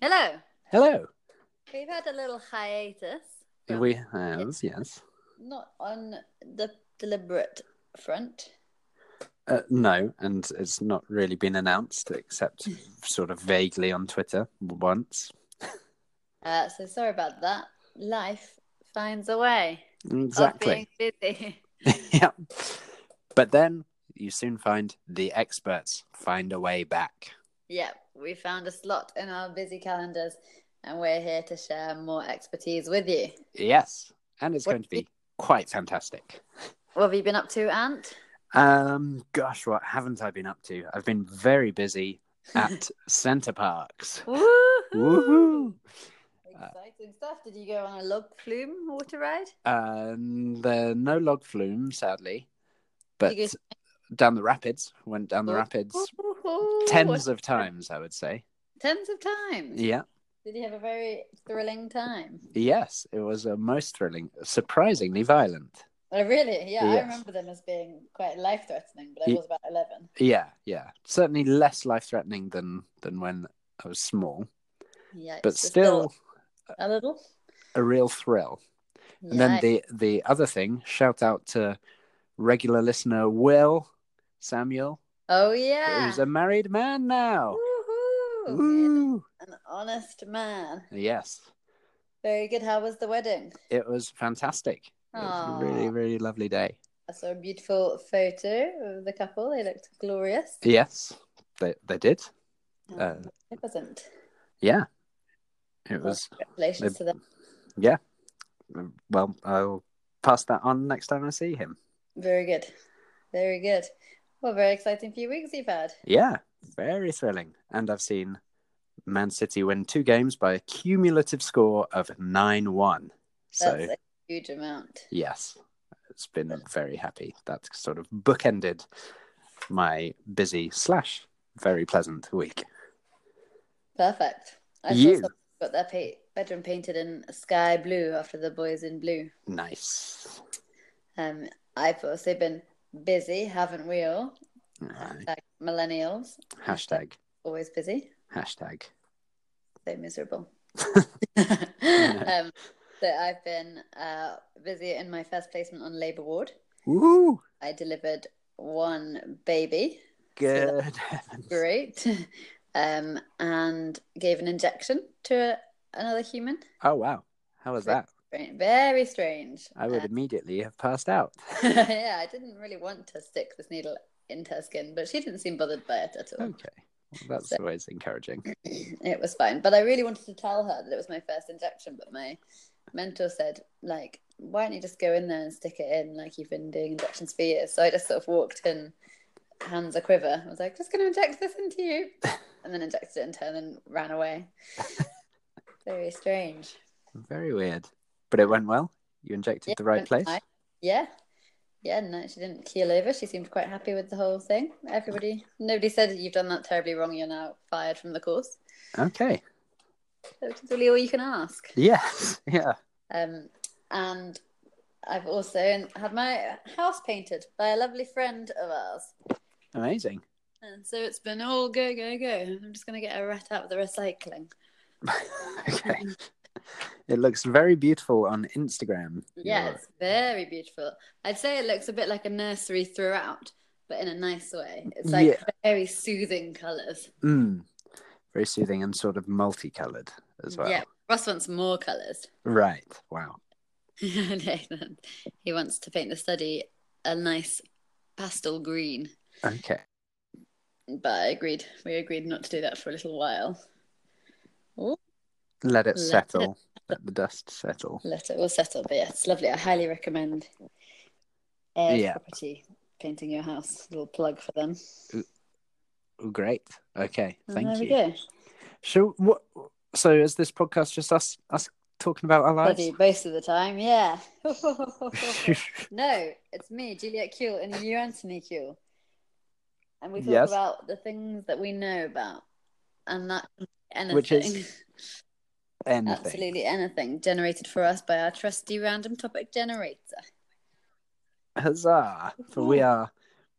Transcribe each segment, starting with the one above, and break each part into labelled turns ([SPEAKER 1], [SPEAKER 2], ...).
[SPEAKER 1] Hello.
[SPEAKER 2] Hello.
[SPEAKER 1] We've had a little hiatus. from-
[SPEAKER 2] We have, yes.
[SPEAKER 1] Not on the deliberate front.
[SPEAKER 2] Uh, no, and it's not really been announced except sort of vaguely on Twitter once.
[SPEAKER 1] Uh, so sorry about that. Life finds a way.
[SPEAKER 2] Exactly.
[SPEAKER 1] Of being busy.
[SPEAKER 2] yeah. But then you soon find the experts find a way back.
[SPEAKER 1] yeah, we found a slot in our busy calendars and we're here to share more expertise with you.
[SPEAKER 2] Yes. And it's
[SPEAKER 1] What-
[SPEAKER 2] going to be quite fantastic.
[SPEAKER 1] What have you been up to, Ant?
[SPEAKER 2] Um, gosh, what haven't I been up to? I've been very busy at Centre Parks. Woohoo! Uh,
[SPEAKER 1] Exciting stuff. Did you go on a log plume water ride?
[SPEAKER 2] Um, there are no log flume, sadly, but
[SPEAKER 1] You guys-
[SPEAKER 2] down the rapids, went down
[SPEAKER 1] Oh,
[SPEAKER 2] the rapids
[SPEAKER 1] Woohoo!
[SPEAKER 2] tens of times, I would say.
[SPEAKER 1] Tens of times.
[SPEAKER 2] Yeah.
[SPEAKER 1] Did you have a very thrilling time?
[SPEAKER 2] Yes, it was a most thrilling, surprisingly violent.
[SPEAKER 1] Oh, really? Yeah, I
[SPEAKER 2] Yes.
[SPEAKER 1] remember them as being quite life threatening, but I
[SPEAKER 2] Ye-
[SPEAKER 1] was about 11.
[SPEAKER 2] Yeah, yeah. Certainly less life threatening than than when I was small,
[SPEAKER 1] Yeah,
[SPEAKER 2] but still
[SPEAKER 1] a little.
[SPEAKER 2] a real thrill. And then the the other thing, shout out to regular listener Will Samuel,
[SPEAKER 1] oh, yeah.
[SPEAKER 2] who's a married man now.
[SPEAKER 1] Woohoo!
[SPEAKER 2] Woo!
[SPEAKER 1] An honest man.
[SPEAKER 2] Yes.
[SPEAKER 1] Very good. How was the wedding?
[SPEAKER 2] It was fantastic. It was a
[SPEAKER 1] Aw.
[SPEAKER 2] really, really lovely day.
[SPEAKER 1] I saw a beautiful photo of the couple. They looked glorious.
[SPEAKER 2] Yes, they they did. uh,
[SPEAKER 1] Um, Magnificent.
[SPEAKER 2] Yeah, it
[SPEAKER 1] Well,
[SPEAKER 2] was.
[SPEAKER 1] Congratulations
[SPEAKER 2] they-
[SPEAKER 1] to them.
[SPEAKER 2] Well, I'll pass that on next time I see him.
[SPEAKER 1] Very good. Very good. Well, very exciting few weeks you've had.
[SPEAKER 2] Yeah, very thrilling. And I've seen Man City win two games by a cumulative score of nine one. So
[SPEAKER 1] That's a huge amount.
[SPEAKER 2] yes, it's been very happy. That's sort of bookended my busy slash very pleasant week.
[SPEAKER 1] Perfect. I saw
[SPEAKER 2] You.
[SPEAKER 1] someone got their pa- bedroom painted in sky blue after the boys in blue.
[SPEAKER 2] Nice.
[SPEAKER 1] Um, I've also been busy, haven't we all?
[SPEAKER 2] Aye.
[SPEAKER 1] Like millennials,
[SPEAKER 2] Hashtag.
[SPEAKER 1] always busy,
[SPEAKER 2] Hashtag.
[SPEAKER 1] so miserable. um, so I've been uh, busy in my first placement on Labour Ward.
[SPEAKER 2] Woo!
[SPEAKER 1] I delivered one baby, So
[SPEAKER 2] Good heavens.
[SPEAKER 1] great, um, and gave an injection to a, another human.
[SPEAKER 2] Oh wow. How was that?
[SPEAKER 1] Very- Very strange.
[SPEAKER 2] I would
[SPEAKER 1] Uh,
[SPEAKER 2] immediately have passed out.
[SPEAKER 1] yeah, I didn't really want to stick this needle into her skin, but she didn't seem bothered by it at all.
[SPEAKER 2] Okay. Well, that's
[SPEAKER 1] So-
[SPEAKER 2] always encouraging.
[SPEAKER 1] It was fine. But I really wanted to tell her that it was my first injection, but my mentor said, like, why don't you just go in there and stick it in like you've been doing injections for years? So I just sort of walked in, hands a quiver. I was like, just gonna inject this into you and then injected it into her and then ran away. Very strange.
[SPEAKER 2] Very weird. But it went well. You injected
[SPEAKER 1] Yeah,
[SPEAKER 2] the right
[SPEAKER 1] went
[SPEAKER 2] place.
[SPEAKER 1] fine. Yeah. Yeah, no, she didn't keel over. She seemed quite happy with the whole thing. Everybody, nobody said you've done that terribly wrong. You're now fired from the course.
[SPEAKER 2] Okay.
[SPEAKER 1] That's really all you can ask.
[SPEAKER 2] Yes. Yeah.
[SPEAKER 1] Um, and I've also had my house painted by a lovely friend of ours.
[SPEAKER 2] Amazing.
[SPEAKER 1] And so it's been all go, go, go. I'm just going to get a rat out of the recycling.
[SPEAKER 2] okay. It looks very beautiful on Instagram.
[SPEAKER 1] Yeah,
[SPEAKER 2] Your-
[SPEAKER 1] it's very beautiful. I'd say it looks a bit like a nursery throughout, but in a nice way. It's like
[SPEAKER 2] Yeah.
[SPEAKER 1] very soothing colours.
[SPEAKER 2] Mm. Very soothing and sort of multicolored as well.
[SPEAKER 1] Yeah, Ross wants more colours.
[SPEAKER 2] Right. Wow.
[SPEAKER 1] Nathan, he wants to paint the study a nice pastel green.
[SPEAKER 2] Okay.
[SPEAKER 1] But I agreed. We agreed not to do that for a little while. Let
[SPEAKER 2] Let it
[SPEAKER 1] it-
[SPEAKER 2] settle. Let the dust settle.
[SPEAKER 1] Let it all settle. But yeah, it's lovely. I highly recommend Air
[SPEAKER 2] Yeah.
[SPEAKER 1] Property painting your house. Little plug for them.
[SPEAKER 2] Ooh, great. Okay.
[SPEAKER 1] And
[SPEAKER 2] Thank
[SPEAKER 1] there
[SPEAKER 2] you.
[SPEAKER 1] we go.
[SPEAKER 2] So what? So is this podcast just us us talking about our lives?
[SPEAKER 1] Bloody most of the time, yeah. no, it's me, Juliet Kuehl, and you, Anthony Kuehl. And we talk
[SPEAKER 2] Yes.
[SPEAKER 1] about the things that we know about, and that anything,
[SPEAKER 2] Which is Anything?
[SPEAKER 1] absolutely anything, generated for us by our trusty random topic generator.
[SPEAKER 2] Huzzah! For we are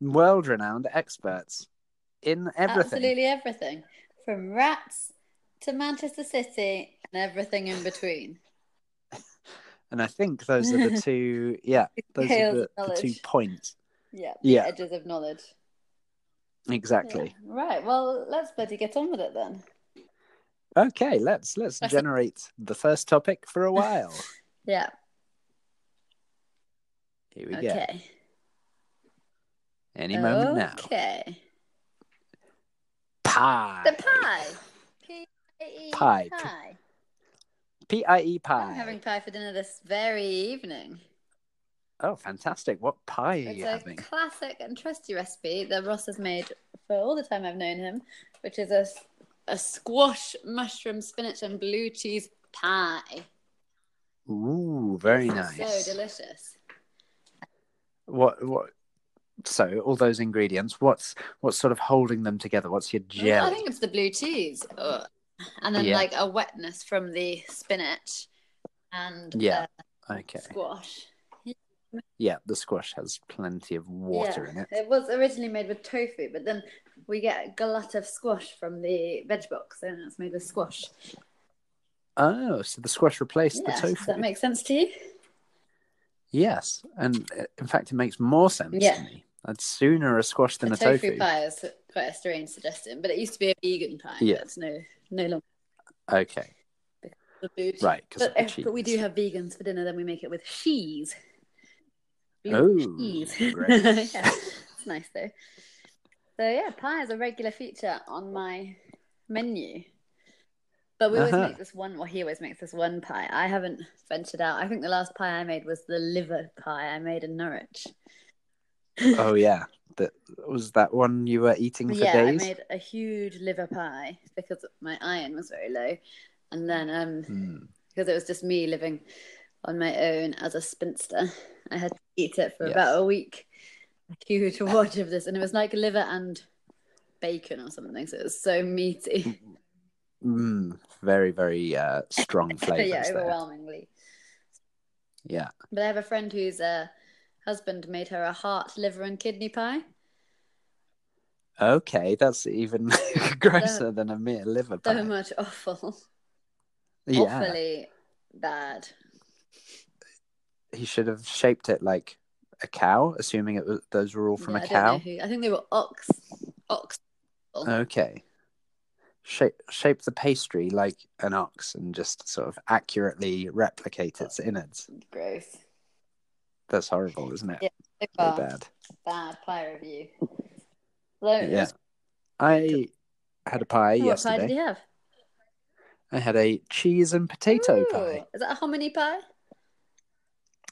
[SPEAKER 2] world-renowned experts in everything.
[SPEAKER 1] Absolutely everything, from rats to Manchester City and everything in between.
[SPEAKER 2] And I think those are the two, yeah, those
[SPEAKER 1] Scales
[SPEAKER 2] are
[SPEAKER 1] of
[SPEAKER 2] the, the
[SPEAKER 1] knowledge.
[SPEAKER 2] two points.
[SPEAKER 1] Yeah.
[SPEAKER 2] Yeah.
[SPEAKER 1] Edges of knowledge.
[SPEAKER 2] Exactly.
[SPEAKER 1] Yeah. Right. Well, let's bloody get on with it then.
[SPEAKER 2] Okay, let's let's
[SPEAKER 1] That's-
[SPEAKER 2] generate the first topic for a while.
[SPEAKER 1] Yeah.
[SPEAKER 2] Here we go.
[SPEAKER 1] Okay.
[SPEAKER 2] Any moment now.
[SPEAKER 1] Okay.
[SPEAKER 2] Pie.
[SPEAKER 1] The pie. P-I-E,
[SPEAKER 2] Pie.
[SPEAKER 1] pie.
[SPEAKER 2] P I E pie.
[SPEAKER 1] I'm having pie for dinner this very evening.
[SPEAKER 2] Oh, fantastic! What pie are
[SPEAKER 1] It's
[SPEAKER 2] you
[SPEAKER 1] a
[SPEAKER 2] having?
[SPEAKER 1] classic and trusty recipe that Ross has made for all the time I've known him, which is a, a squash, mushroom, spinach, and blue cheese pie.
[SPEAKER 2] Ooh, very nice.
[SPEAKER 1] So delicious.
[SPEAKER 2] what what? So all those ingredients. What's what's sort of holding them together? What's your
[SPEAKER 1] I
[SPEAKER 2] gel?
[SPEAKER 1] think it's the blue cheese. Ugh. And then,
[SPEAKER 2] Yeah.
[SPEAKER 1] like, a wetness from the spinach and
[SPEAKER 2] Yeah.
[SPEAKER 1] uh,
[SPEAKER 2] Okay.
[SPEAKER 1] squash.
[SPEAKER 2] Yeah, the squash has plenty of water in it.
[SPEAKER 1] It was originally made with tofu, but then we get a glut of squash from the veg box, and it's made with squash.
[SPEAKER 2] Oh, so the squash replaced
[SPEAKER 1] Yeah,
[SPEAKER 2] the
[SPEAKER 1] does
[SPEAKER 2] tofu.
[SPEAKER 1] that make sense to you?
[SPEAKER 2] Yes, and uh, in fact, it makes more sense
[SPEAKER 1] Yeah.
[SPEAKER 2] to me. I'd sooner a squash than
[SPEAKER 1] The
[SPEAKER 2] a
[SPEAKER 1] tofu,
[SPEAKER 2] tofu.
[SPEAKER 1] pie is quite a strange suggestion, but it used to be a vegan pie.
[SPEAKER 2] Yeah.
[SPEAKER 1] but It's no, no longer
[SPEAKER 2] Okay,
[SPEAKER 1] the food.
[SPEAKER 2] right. 'cause
[SPEAKER 1] But,
[SPEAKER 2] of the
[SPEAKER 1] if- but we do
[SPEAKER 2] cheese.
[SPEAKER 1] have vegans for dinner, then we make it with cheese.
[SPEAKER 2] Ooh, Oh, great.
[SPEAKER 1] yeah, it's nice though. So yeah, pie is a regular feature on my menu. But we
[SPEAKER 2] Uh-huh.
[SPEAKER 1] always make this one. Well, he always makes this one pie. I haven't ventured out. I think the last pie I made was the liver pie I made in Norwich.
[SPEAKER 2] Oh yeah, that was that one you were eating for
[SPEAKER 1] yeah,
[SPEAKER 2] days.
[SPEAKER 1] I made a huge liver pie because my iron was very low, and then um,
[SPEAKER 2] Hmm.
[SPEAKER 1] because it was just me living on my own as a spinster. I had to eat it for
[SPEAKER 2] Yes.
[SPEAKER 1] about a week. A huge wad of this, and it was like liver and bacon or something. So it was so meaty,
[SPEAKER 2] Mm, very, very uh, strong
[SPEAKER 1] but
[SPEAKER 2] flavors.
[SPEAKER 1] yeah,
[SPEAKER 2] there.
[SPEAKER 1] overwhelmingly.
[SPEAKER 2] Yeah.
[SPEAKER 1] But I have a friend whose uh, husband made her a heart, liver, and kidney pie.
[SPEAKER 2] Okay, that's even grosser than a mere liver
[SPEAKER 1] So
[SPEAKER 2] pie.
[SPEAKER 1] much awful,
[SPEAKER 2] yeah,
[SPEAKER 1] awfully bad.
[SPEAKER 2] he should have shaped it like a cow, assuming it was, those were all from
[SPEAKER 1] Yeah,
[SPEAKER 2] a
[SPEAKER 1] I don't know
[SPEAKER 2] cow.
[SPEAKER 1] who- I think they were ox, ox. people.
[SPEAKER 2] Okay, shape shape the pastry like an ox and just sort of accurately replicate its innards.
[SPEAKER 1] Gross.
[SPEAKER 2] That's horrible, isn't it?
[SPEAKER 1] Yeah, So
[SPEAKER 2] Really
[SPEAKER 1] far,
[SPEAKER 2] bad.
[SPEAKER 1] bad pie review. Although Oh, it
[SPEAKER 2] Yeah.
[SPEAKER 1] was-
[SPEAKER 2] I had a pie
[SPEAKER 1] what pie
[SPEAKER 2] yesterday.
[SPEAKER 1] did you have?
[SPEAKER 2] I had a cheese and potato
[SPEAKER 1] Ooh,
[SPEAKER 2] pie.
[SPEAKER 1] Is that a hominy pie?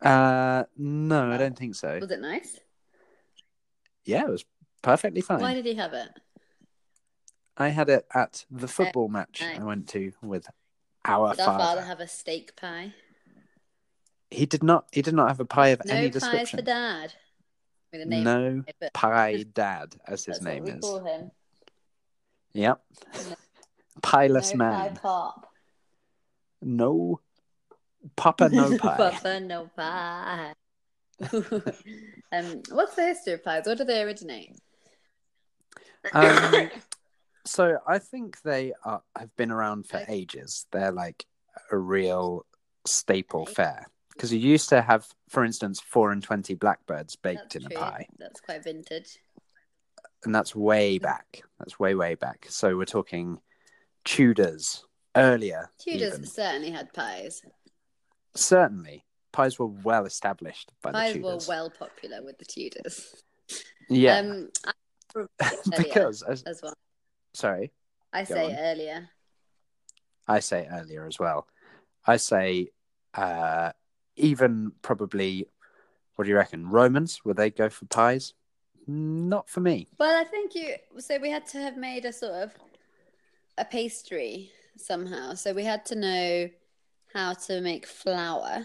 [SPEAKER 2] Uh, no, I don't think so.
[SPEAKER 1] Was it nice?
[SPEAKER 2] Yeah, it was perfectly fine.
[SPEAKER 1] Why did he have it?
[SPEAKER 2] I had it at the football match
[SPEAKER 1] nice.
[SPEAKER 2] I went to with our
[SPEAKER 1] Did our
[SPEAKER 2] father.
[SPEAKER 1] father have a steak pie?
[SPEAKER 2] He did not. He did not have a pie of
[SPEAKER 1] No
[SPEAKER 2] any
[SPEAKER 1] pies for
[SPEAKER 2] description.
[SPEAKER 1] dad. With a name
[SPEAKER 2] No
[SPEAKER 1] it, but
[SPEAKER 2] pie dad, as his
[SPEAKER 1] that's
[SPEAKER 2] name
[SPEAKER 1] what we
[SPEAKER 2] is.
[SPEAKER 1] call him.
[SPEAKER 2] Yep.
[SPEAKER 1] No.
[SPEAKER 2] Pieless
[SPEAKER 1] no
[SPEAKER 2] man.
[SPEAKER 1] pie pop.
[SPEAKER 2] No. Papa no pie.
[SPEAKER 1] Papa no pie. um, what's the history of pies? Where do they originate?
[SPEAKER 2] um, so I think they are, have been around for
[SPEAKER 1] Okay.
[SPEAKER 2] ages. They're like a real staple fare because you used to have, for instance, four and twenty blackbirds baked
[SPEAKER 1] That's
[SPEAKER 2] in
[SPEAKER 1] true.
[SPEAKER 2] a pie.
[SPEAKER 1] That's quite vintage.
[SPEAKER 2] and that's way back. That's way way back. So we're talking Tudors earlier.
[SPEAKER 1] Tudors
[SPEAKER 2] even.
[SPEAKER 1] certainly had pies.
[SPEAKER 2] certainly pies were well established by
[SPEAKER 1] Pies
[SPEAKER 2] the
[SPEAKER 1] were
[SPEAKER 2] Tudors.
[SPEAKER 1] well popular with the Tudors.
[SPEAKER 2] yeah,
[SPEAKER 1] Um, I-
[SPEAKER 2] because as,
[SPEAKER 1] as well.
[SPEAKER 2] sorry,
[SPEAKER 1] I
[SPEAKER 2] Go
[SPEAKER 1] say
[SPEAKER 2] on.
[SPEAKER 1] earlier.
[SPEAKER 2] I say earlier as well. I say uh, even probably. What do you reckon? Romans would they go for pies? Not for me.
[SPEAKER 1] Well, I think you. So we had to have made a sort of a pastry somehow. So we had to know how to make flour.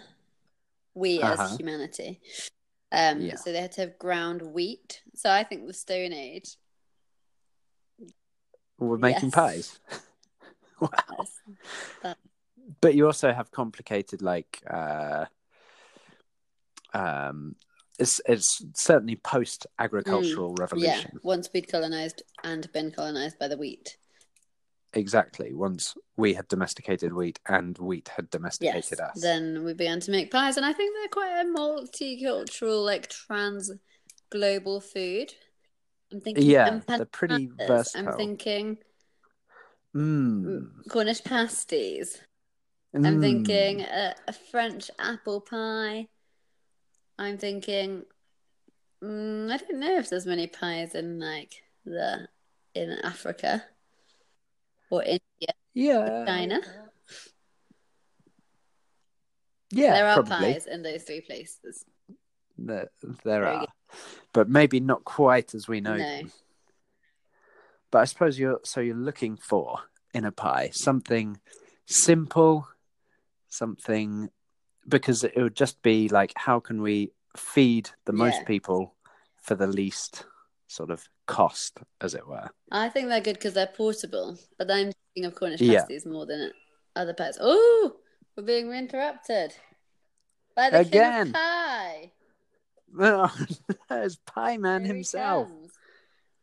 [SPEAKER 1] We
[SPEAKER 2] Uh-huh.
[SPEAKER 1] as humanity. Um,
[SPEAKER 2] Yeah.
[SPEAKER 1] So they had to have ground wheat. So I think the Stone Age.
[SPEAKER 2] We're making
[SPEAKER 1] Yes.
[SPEAKER 2] pies.
[SPEAKER 1] Yes.
[SPEAKER 2] but you also have complicated like uh um it's it's certainly post agricultural
[SPEAKER 1] Mm, Yeah.
[SPEAKER 2] revolution
[SPEAKER 1] Once we'd colonized and been colonized by the wheat.
[SPEAKER 2] exactly once we had domesticated wheat and wheat had
[SPEAKER 1] Yes.
[SPEAKER 2] domesticated us.
[SPEAKER 1] Then we began to make pies, and I think they're quite a multicultural, like trans global food. I'm thinking,
[SPEAKER 2] Yeah,
[SPEAKER 1] I'm pan-
[SPEAKER 2] they're pretty
[SPEAKER 1] pandas.
[SPEAKER 2] versatile.
[SPEAKER 1] I'm thinking
[SPEAKER 2] Mm.
[SPEAKER 1] Cornish pasties. I'm
[SPEAKER 2] Mm.
[SPEAKER 1] thinking a, a French apple pie. I'm thinking, mm, I don't know if there's many pies in like the in Africa or India,
[SPEAKER 2] yeah,
[SPEAKER 1] China.
[SPEAKER 2] Yeah,
[SPEAKER 1] there are
[SPEAKER 2] probably.
[SPEAKER 1] pies in those three places.
[SPEAKER 2] There, there
[SPEAKER 1] Very
[SPEAKER 2] are, but maybe not quite as we know.
[SPEAKER 1] No.
[SPEAKER 2] them. But I suppose you're so you're looking for in a pie something simple, something because it would just be like how can we feed the most
[SPEAKER 1] Yeah.
[SPEAKER 2] people for the least sort of cost, as it were.
[SPEAKER 1] I think they're good because they're portable. But I'm thinking of Cornish
[SPEAKER 2] Yeah.
[SPEAKER 1] pasties more than other pies. Oh, we're being interrupted by the King
[SPEAKER 2] Again.
[SPEAKER 1] of Pie.
[SPEAKER 2] There's Pie Man
[SPEAKER 1] Here he
[SPEAKER 2] himself.
[SPEAKER 1] comes.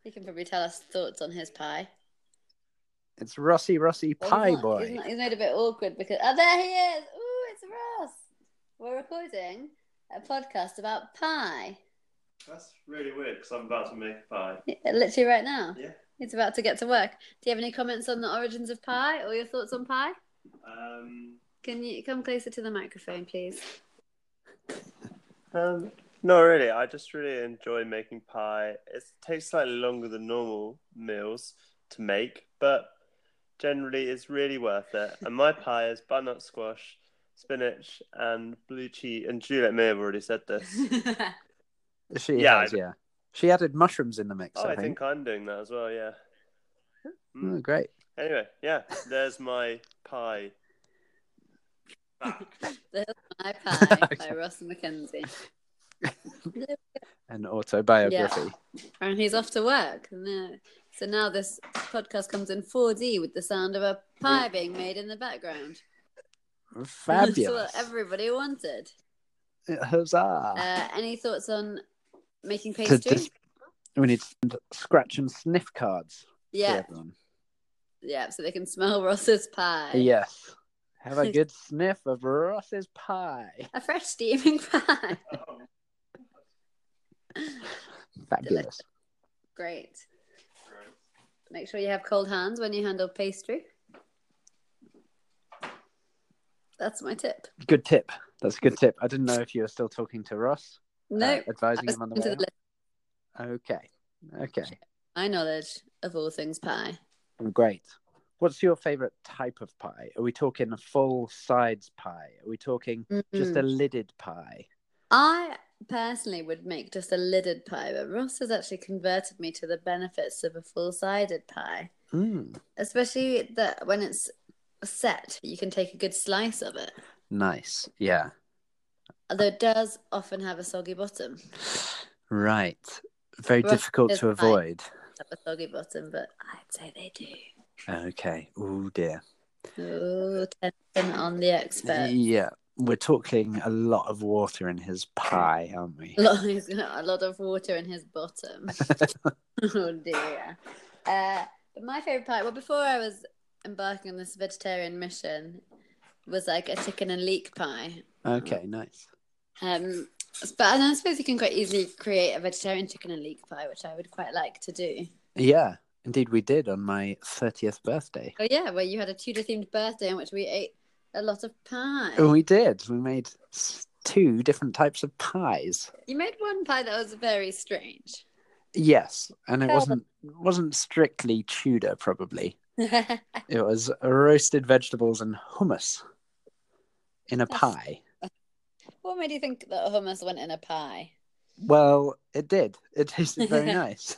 [SPEAKER 1] He can probably tell us thoughts on his pie.
[SPEAKER 2] It's Rossi Rossi
[SPEAKER 1] Well,
[SPEAKER 2] Pie
[SPEAKER 1] he's not-
[SPEAKER 2] Boy.
[SPEAKER 1] He's, not- he's made a bit awkward because oh, there he is. Oh, it's Ross. We're recording a podcast about pie,
[SPEAKER 3] That's really weird because I'm about to make a pie.
[SPEAKER 1] literally right now.
[SPEAKER 3] Yeah.
[SPEAKER 1] He's about to get to work. Do you have any comments on the origins of pie or your thoughts on pie?
[SPEAKER 3] Um,
[SPEAKER 1] Can you come closer to the microphone, please?
[SPEAKER 3] um, no, really. I just really enjoy making pie. It takes slightly longer than normal meals to make, but generally it's really worth it. And my pie is butternut squash, spinach, and blue cheese. And Juliet may have already said this.
[SPEAKER 2] She
[SPEAKER 3] Yeah,
[SPEAKER 2] has,
[SPEAKER 3] I-
[SPEAKER 2] yeah. She added mushrooms in the mix, I,
[SPEAKER 3] oh, I
[SPEAKER 2] think.
[SPEAKER 3] think I'm doing that as well. Yeah. Hmm.
[SPEAKER 2] Mm, great.
[SPEAKER 3] Anyway, yeah. There's my pie.
[SPEAKER 1] My Pie by
[SPEAKER 2] Okay.
[SPEAKER 1] Ross McKenzie.
[SPEAKER 2] An autobiography.
[SPEAKER 1] And he's off to work. No. So now this podcast comes in 4D with the sound of a pie being made in the background. That's what
[SPEAKER 2] Fabulous.
[SPEAKER 1] everybody wanted.
[SPEAKER 2] Huzzah.
[SPEAKER 1] Uh, any thoughts on making
[SPEAKER 2] To
[SPEAKER 1] pastry?
[SPEAKER 2] dis- we need to send scratch and sniff cards to
[SPEAKER 1] yeah,
[SPEAKER 2] everyone.
[SPEAKER 1] yeah, so they can smell Ross's pie.
[SPEAKER 2] Yes. Have a good sniff of Ross's pie.
[SPEAKER 1] A fresh steaming pie.
[SPEAKER 3] Oh,
[SPEAKER 2] Fabulous.
[SPEAKER 1] Great. Make sure you have cold hands when you handle pastry. That's my tip.
[SPEAKER 2] Good tip. That's a good tip. I didn't know if you were still talking to Ross, uh,
[SPEAKER 1] No, I
[SPEAKER 2] advising
[SPEAKER 1] was
[SPEAKER 2] him on the
[SPEAKER 1] into
[SPEAKER 2] way.
[SPEAKER 1] the
[SPEAKER 2] out. Okay. Okay.
[SPEAKER 1] my knowledge of all things pie.
[SPEAKER 2] Great. What's your favorite type of pie? Are we talking a full sides pie? Are we talking just
[SPEAKER 1] Mm.
[SPEAKER 2] a lidded pie?
[SPEAKER 1] I personally would make just a lidded pie, but Ross has actually converted me to the benefits of a full-sided pie,
[SPEAKER 2] Mm,
[SPEAKER 1] especially that when it's set, you can take a good slice of it.
[SPEAKER 2] nice. Yeah.
[SPEAKER 1] Although it does often have a soggy bottom,
[SPEAKER 2] Right. Very
[SPEAKER 1] Ross
[SPEAKER 2] difficult
[SPEAKER 1] is
[SPEAKER 2] to
[SPEAKER 1] pie.
[SPEAKER 2] avoid.
[SPEAKER 1] have a soggy bottom, but I'd say they do.
[SPEAKER 2] Okay. Oh dear.
[SPEAKER 1] Ooh, Oh, tension on the expert.
[SPEAKER 2] Yeah. We're talking a lot of water in his pie, aren't we?
[SPEAKER 1] A lot, he's got a lot of water in his bottom. oh dear. Uh, but my favorite pie. Well, before I was embarking on this vegetarian mission, was like a chicken and leek pie.
[SPEAKER 2] Okay, nice.
[SPEAKER 1] Um, but and I suppose you can quite easily create a vegetarian chicken and leek pie, which I would quite like to do.
[SPEAKER 2] Yeah. Indeed we did on my thirtieth birthday.
[SPEAKER 1] Oh yeah, where you had a Tudor themed birthday in which we ate a lot of pie.
[SPEAKER 2] Oh, We did. We made s- two different types of pies.
[SPEAKER 1] You made one pie that was very strange.
[SPEAKER 2] Yes, and it
[SPEAKER 1] How-
[SPEAKER 2] wasn't wasn't strictly Tudor. Probably it was roasted vegetables and hummus in a
[SPEAKER 1] That's-
[SPEAKER 2] pie.
[SPEAKER 1] what made you think that hummus went in a pie?
[SPEAKER 2] Well, it did. It tasted very nice.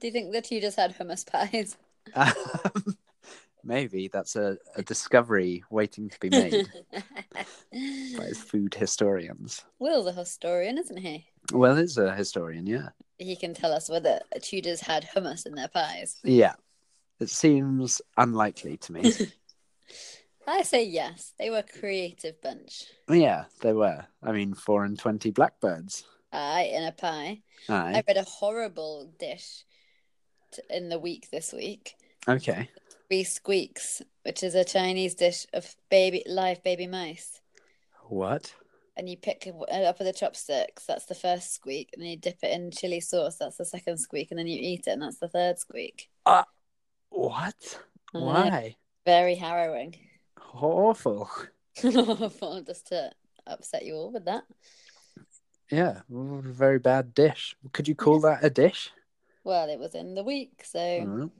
[SPEAKER 1] Do you think that you just had hummus pies?
[SPEAKER 2] Um, maybe that's a, a discovery waiting to be made by food historians.
[SPEAKER 1] Will's a historian, isn't he?
[SPEAKER 2] Well, it's a historian, yeah,
[SPEAKER 1] He can tell us whether Tudors had hummus in their pies.
[SPEAKER 2] yeah. It seems unlikely to me.
[SPEAKER 1] I say yes. They were a creative bunch.
[SPEAKER 2] yeah, they were. I mean, four and twenty blackbirds.
[SPEAKER 1] Aye, in a pie.
[SPEAKER 2] Aye.
[SPEAKER 1] I read a horrible dish t- in the week this week
[SPEAKER 2] Okay.
[SPEAKER 1] three squeaks, which is a Chinese dish of baby live baby mice.
[SPEAKER 2] What?
[SPEAKER 1] And you pick it up with the chopsticks. That's the first squeak, and then you dip it in chili sauce. That's the second squeak, and then you eat it, and that's the third squeak.
[SPEAKER 2] What?
[SPEAKER 1] I know,
[SPEAKER 2] Why?
[SPEAKER 1] Very harrowing.
[SPEAKER 2] Awful.
[SPEAKER 1] Awful, Just to upset you all with that.
[SPEAKER 2] Yeah, very bad dish. Could you call that a dish?
[SPEAKER 1] Well, it was in the week, so
[SPEAKER 2] Mm.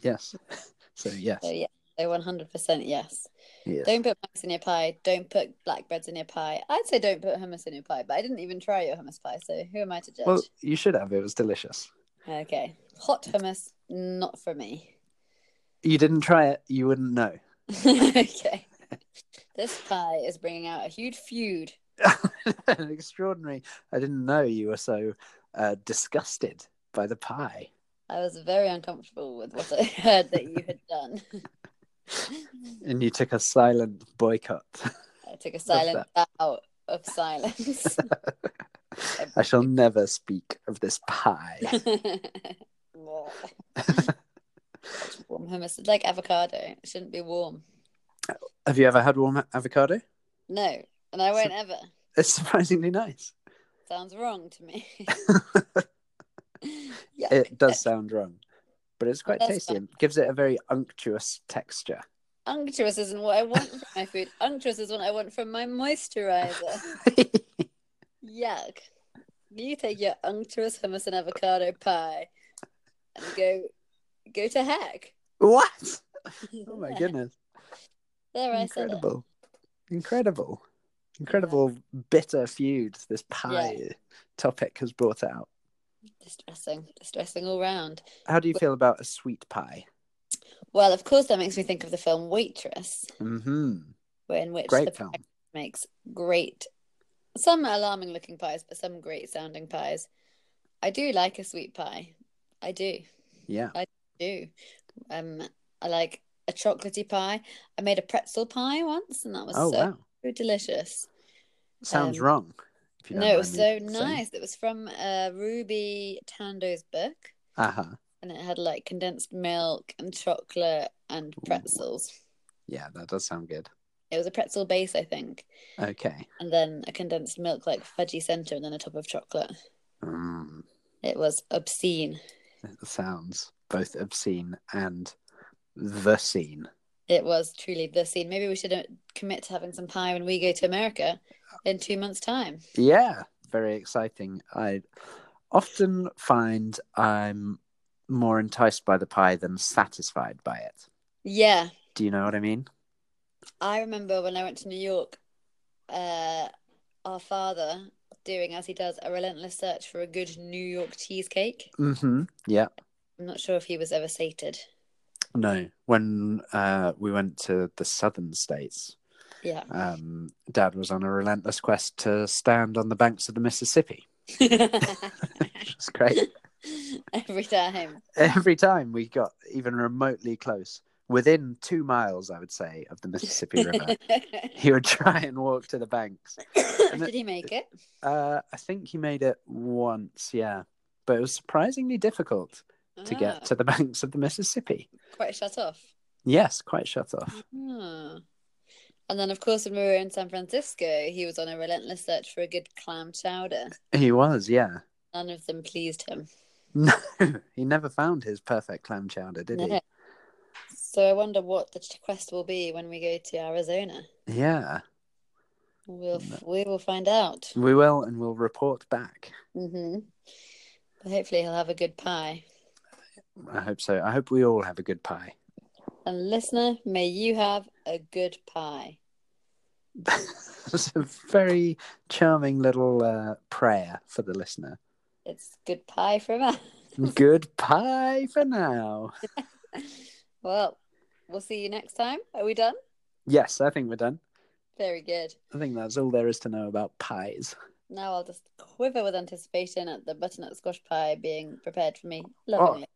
[SPEAKER 2] Yes. So yes.
[SPEAKER 1] so yeah, so one hundred percent yes.
[SPEAKER 2] yes.
[SPEAKER 1] Don't put mice in your pie. Don't put blackbreads in your pie. I'd say don't put hummus in your pie, but I didn't even try your hummus pie, so who am I to judge?
[SPEAKER 2] Well, you should have. It was delicious.
[SPEAKER 1] Okay. Hot hummus, not for me.
[SPEAKER 2] You didn't try it, you wouldn't know.
[SPEAKER 1] okay. This pie is bringing out a huge feud.
[SPEAKER 2] Extraordinary. I didn't know you were so uh, disgusted by the pie.
[SPEAKER 1] I was very uncomfortable with what I heard that you had done.
[SPEAKER 2] And you took a silent boycott.
[SPEAKER 1] I took a silent bow of silence.
[SPEAKER 2] I shall never speak of this pie.
[SPEAKER 1] warm hummus. It's like avocado. It shouldn't be warm.
[SPEAKER 2] Have you ever had warm avocado?
[SPEAKER 1] No, and I won't ever.
[SPEAKER 2] It's surprisingly nice.
[SPEAKER 1] Sounds wrong to me. yeah.
[SPEAKER 2] It does sound wrong, but it's quite
[SPEAKER 1] That's
[SPEAKER 2] tasty and gives it a very unctuous texture.
[SPEAKER 1] Unctuous isn't what I want from my food. Unctuous is what I want from my moisturizer. Yuck. You take your unctuous hummus and avocado pie and go go to heck.
[SPEAKER 2] what? Oh my goodness.
[SPEAKER 1] There I said it.
[SPEAKER 2] Incredible. Incredible. Incredible bitter feud this pie topic has brought out.
[SPEAKER 1] Distressing. Distressing all round.
[SPEAKER 2] How do you feel about a sweet pie?
[SPEAKER 1] Well, of course that makes me think of the film Waitress,
[SPEAKER 2] hmm
[SPEAKER 1] in which the
[SPEAKER 2] Great
[SPEAKER 1] pie
[SPEAKER 2] film.
[SPEAKER 1] makes great some alarming looking pies, but some great sounding pies. I do like a sweet pie. I do.
[SPEAKER 2] Yeah.
[SPEAKER 1] do. Um, I like a chocolatey pie. I made a pretzel pie once, and that was
[SPEAKER 2] Oh
[SPEAKER 1] so
[SPEAKER 2] wow.
[SPEAKER 1] delicious.
[SPEAKER 2] Sounds
[SPEAKER 1] um,
[SPEAKER 2] wrong. If you don't
[SPEAKER 1] No, it was so
[SPEAKER 2] mind me saying.
[SPEAKER 1] nice. It was from uh, Ruby Tando's book,
[SPEAKER 2] Uh-huh.
[SPEAKER 1] and it had like condensed milk and chocolate and pretzels.
[SPEAKER 2] Yeah, that does sound good.
[SPEAKER 1] It was a pretzel base, I think,
[SPEAKER 2] Okay.
[SPEAKER 1] and then a condensed milk like fudgy center, and then a top of chocolate.
[SPEAKER 2] Mm,
[SPEAKER 1] It was obscene.
[SPEAKER 2] it sounds both obscene and the scene.
[SPEAKER 1] It was truly the scene. Maybe we should uh, commit to having some pie when we go to America in two months' time.
[SPEAKER 2] Yeah, very exciting. I often find I'm more enticed by the pie than satisfied by it.
[SPEAKER 1] Yeah,
[SPEAKER 2] Do you know what I mean?
[SPEAKER 1] I remember when I went to New York, uh, our father doing as he does a relentless search for a good New York cheesecake.
[SPEAKER 2] Mm-hmm. Yeah.
[SPEAKER 1] I'm not sure if he was ever sated.
[SPEAKER 2] No. When uh, we went to the southern states,
[SPEAKER 1] Yeah.
[SPEAKER 2] um, Dad was on a relentless quest to stand on the banks of the Mississippi, which was great.
[SPEAKER 1] Every time.
[SPEAKER 2] every time we got even remotely close, within two miles, I would say, of the Mississippi River,
[SPEAKER 1] Did
[SPEAKER 2] he would try and walk to the banks.
[SPEAKER 1] he make it?
[SPEAKER 2] Uh, I think he made it once, yeah, but it was surprisingly difficult to get
[SPEAKER 1] Ah,
[SPEAKER 2] to the banks of the Mississippi.
[SPEAKER 1] quite shut off.
[SPEAKER 2] Yes, quite shut off.
[SPEAKER 1] Ah. And then, of course, when we were in San Francisco, he was on a relentless search for a good clam chowder.
[SPEAKER 2] He was, yeah.
[SPEAKER 1] None of them pleased him.
[SPEAKER 2] No, he never found his perfect clam chowder, did
[SPEAKER 1] No. So I wonder what the ch- quest will be when we go to Arizona.
[SPEAKER 2] he? Yeah,
[SPEAKER 1] We'll f- we will find out.
[SPEAKER 2] we will, and we'll report back.
[SPEAKER 1] hmm But hopefully he'll have a good pie.
[SPEAKER 2] I hope so. I hope we all have a good pie.
[SPEAKER 1] And listener, may you have a good pie.
[SPEAKER 2] That's a very charming little uh, prayer for the listener.
[SPEAKER 1] It's good pie from us.
[SPEAKER 2] Goodbye for now.
[SPEAKER 1] well, we'll see you next time. Are we done?
[SPEAKER 2] Yes, I think we're done.
[SPEAKER 1] Very good.
[SPEAKER 2] I think that's all there is to know about pies.
[SPEAKER 1] Now I'll just quiver with anticipation at the butternut squash pie being prepared for me.
[SPEAKER 2] Oh,
[SPEAKER 1] Lovingly.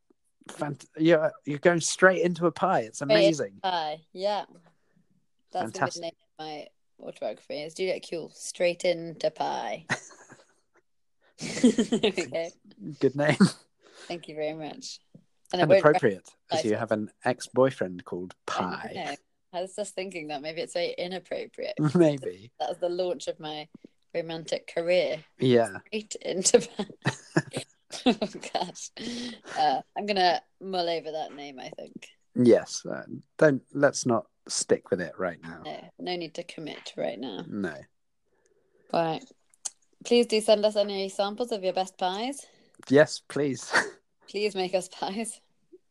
[SPEAKER 2] fant- you're, you're going straight into a pie. It's
[SPEAKER 1] into
[SPEAKER 2] amazing.
[SPEAKER 1] Pie. Yeah. That's going to be the
[SPEAKER 2] Fantastic.
[SPEAKER 1] name of my autobiography. It's Juliet Kuhl, straight into pie. there we go.
[SPEAKER 2] Good name.
[SPEAKER 1] Thank you very much. And
[SPEAKER 2] And
[SPEAKER 1] it won't
[SPEAKER 2] appropriate because you have an ex-boyfriend called
[SPEAKER 1] I
[SPEAKER 2] Pie. Mm.
[SPEAKER 1] know. I was just thinking that maybe it's very inappropriate.
[SPEAKER 2] Maybe.
[SPEAKER 1] that was the launch of my romantic career.
[SPEAKER 2] Yeah.
[SPEAKER 1] Right into that. oh gosh, uh, I'm gonna mull over that name. I think
[SPEAKER 2] Yes. Uh, don't let's not stick with it right now.
[SPEAKER 1] no, no need to commit right now.
[SPEAKER 2] No.
[SPEAKER 1] Right, please do send us any samples of your best pies.
[SPEAKER 2] Yes, please.
[SPEAKER 1] Please make us pies.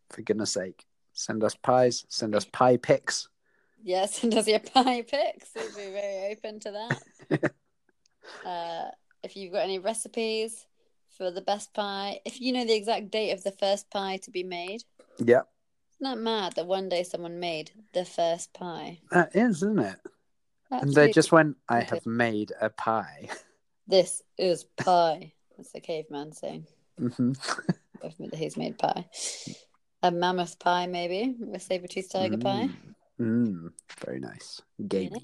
[SPEAKER 2] For goodness sake, send us pies. Send us pie pics.
[SPEAKER 1] Yes, and does your pie pics? We'd be very open to that. uh, if you've got any recipes for the best pie, if you know the exact date of the first pie to be made,
[SPEAKER 2] Yeah,
[SPEAKER 1] Isn't that mad that one day someone made the first pie?
[SPEAKER 2] that is, isn't it? And
[SPEAKER 1] Absolutely.
[SPEAKER 2] they just went, I
[SPEAKER 1] Okay.
[SPEAKER 2] have made a pie.
[SPEAKER 1] This is pie. That's the caveman saying.
[SPEAKER 2] hmm
[SPEAKER 1] Both admit that he's made pie. A mammoth pie, maybe. A saber tooth tiger pie.
[SPEAKER 2] Mm. Very nice. Gamey.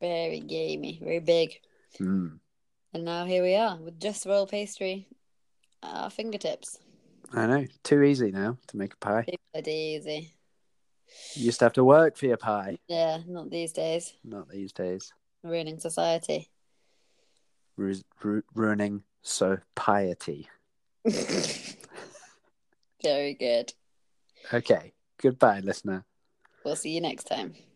[SPEAKER 1] Very gamey, very big.
[SPEAKER 2] Mm.
[SPEAKER 1] And now here we are with just roll pastry at our fingertips.
[SPEAKER 2] I know. Too easy now to make a pie.
[SPEAKER 1] Bloody easy.
[SPEAKER 2] You used to have to work for your pie.
[SPEAKER 1] Yeah, not these days.
[SPEAKER 2] Not these days.
[SPEAKER 1] Ruining society.
[SPEAKER 2] Ru- ru- ruining so piety.
[SPEAKER 1] very good.
[SPEAKER 2] Okay. Goodbye, listener.
[SPEAKER 1] We'll see you next time.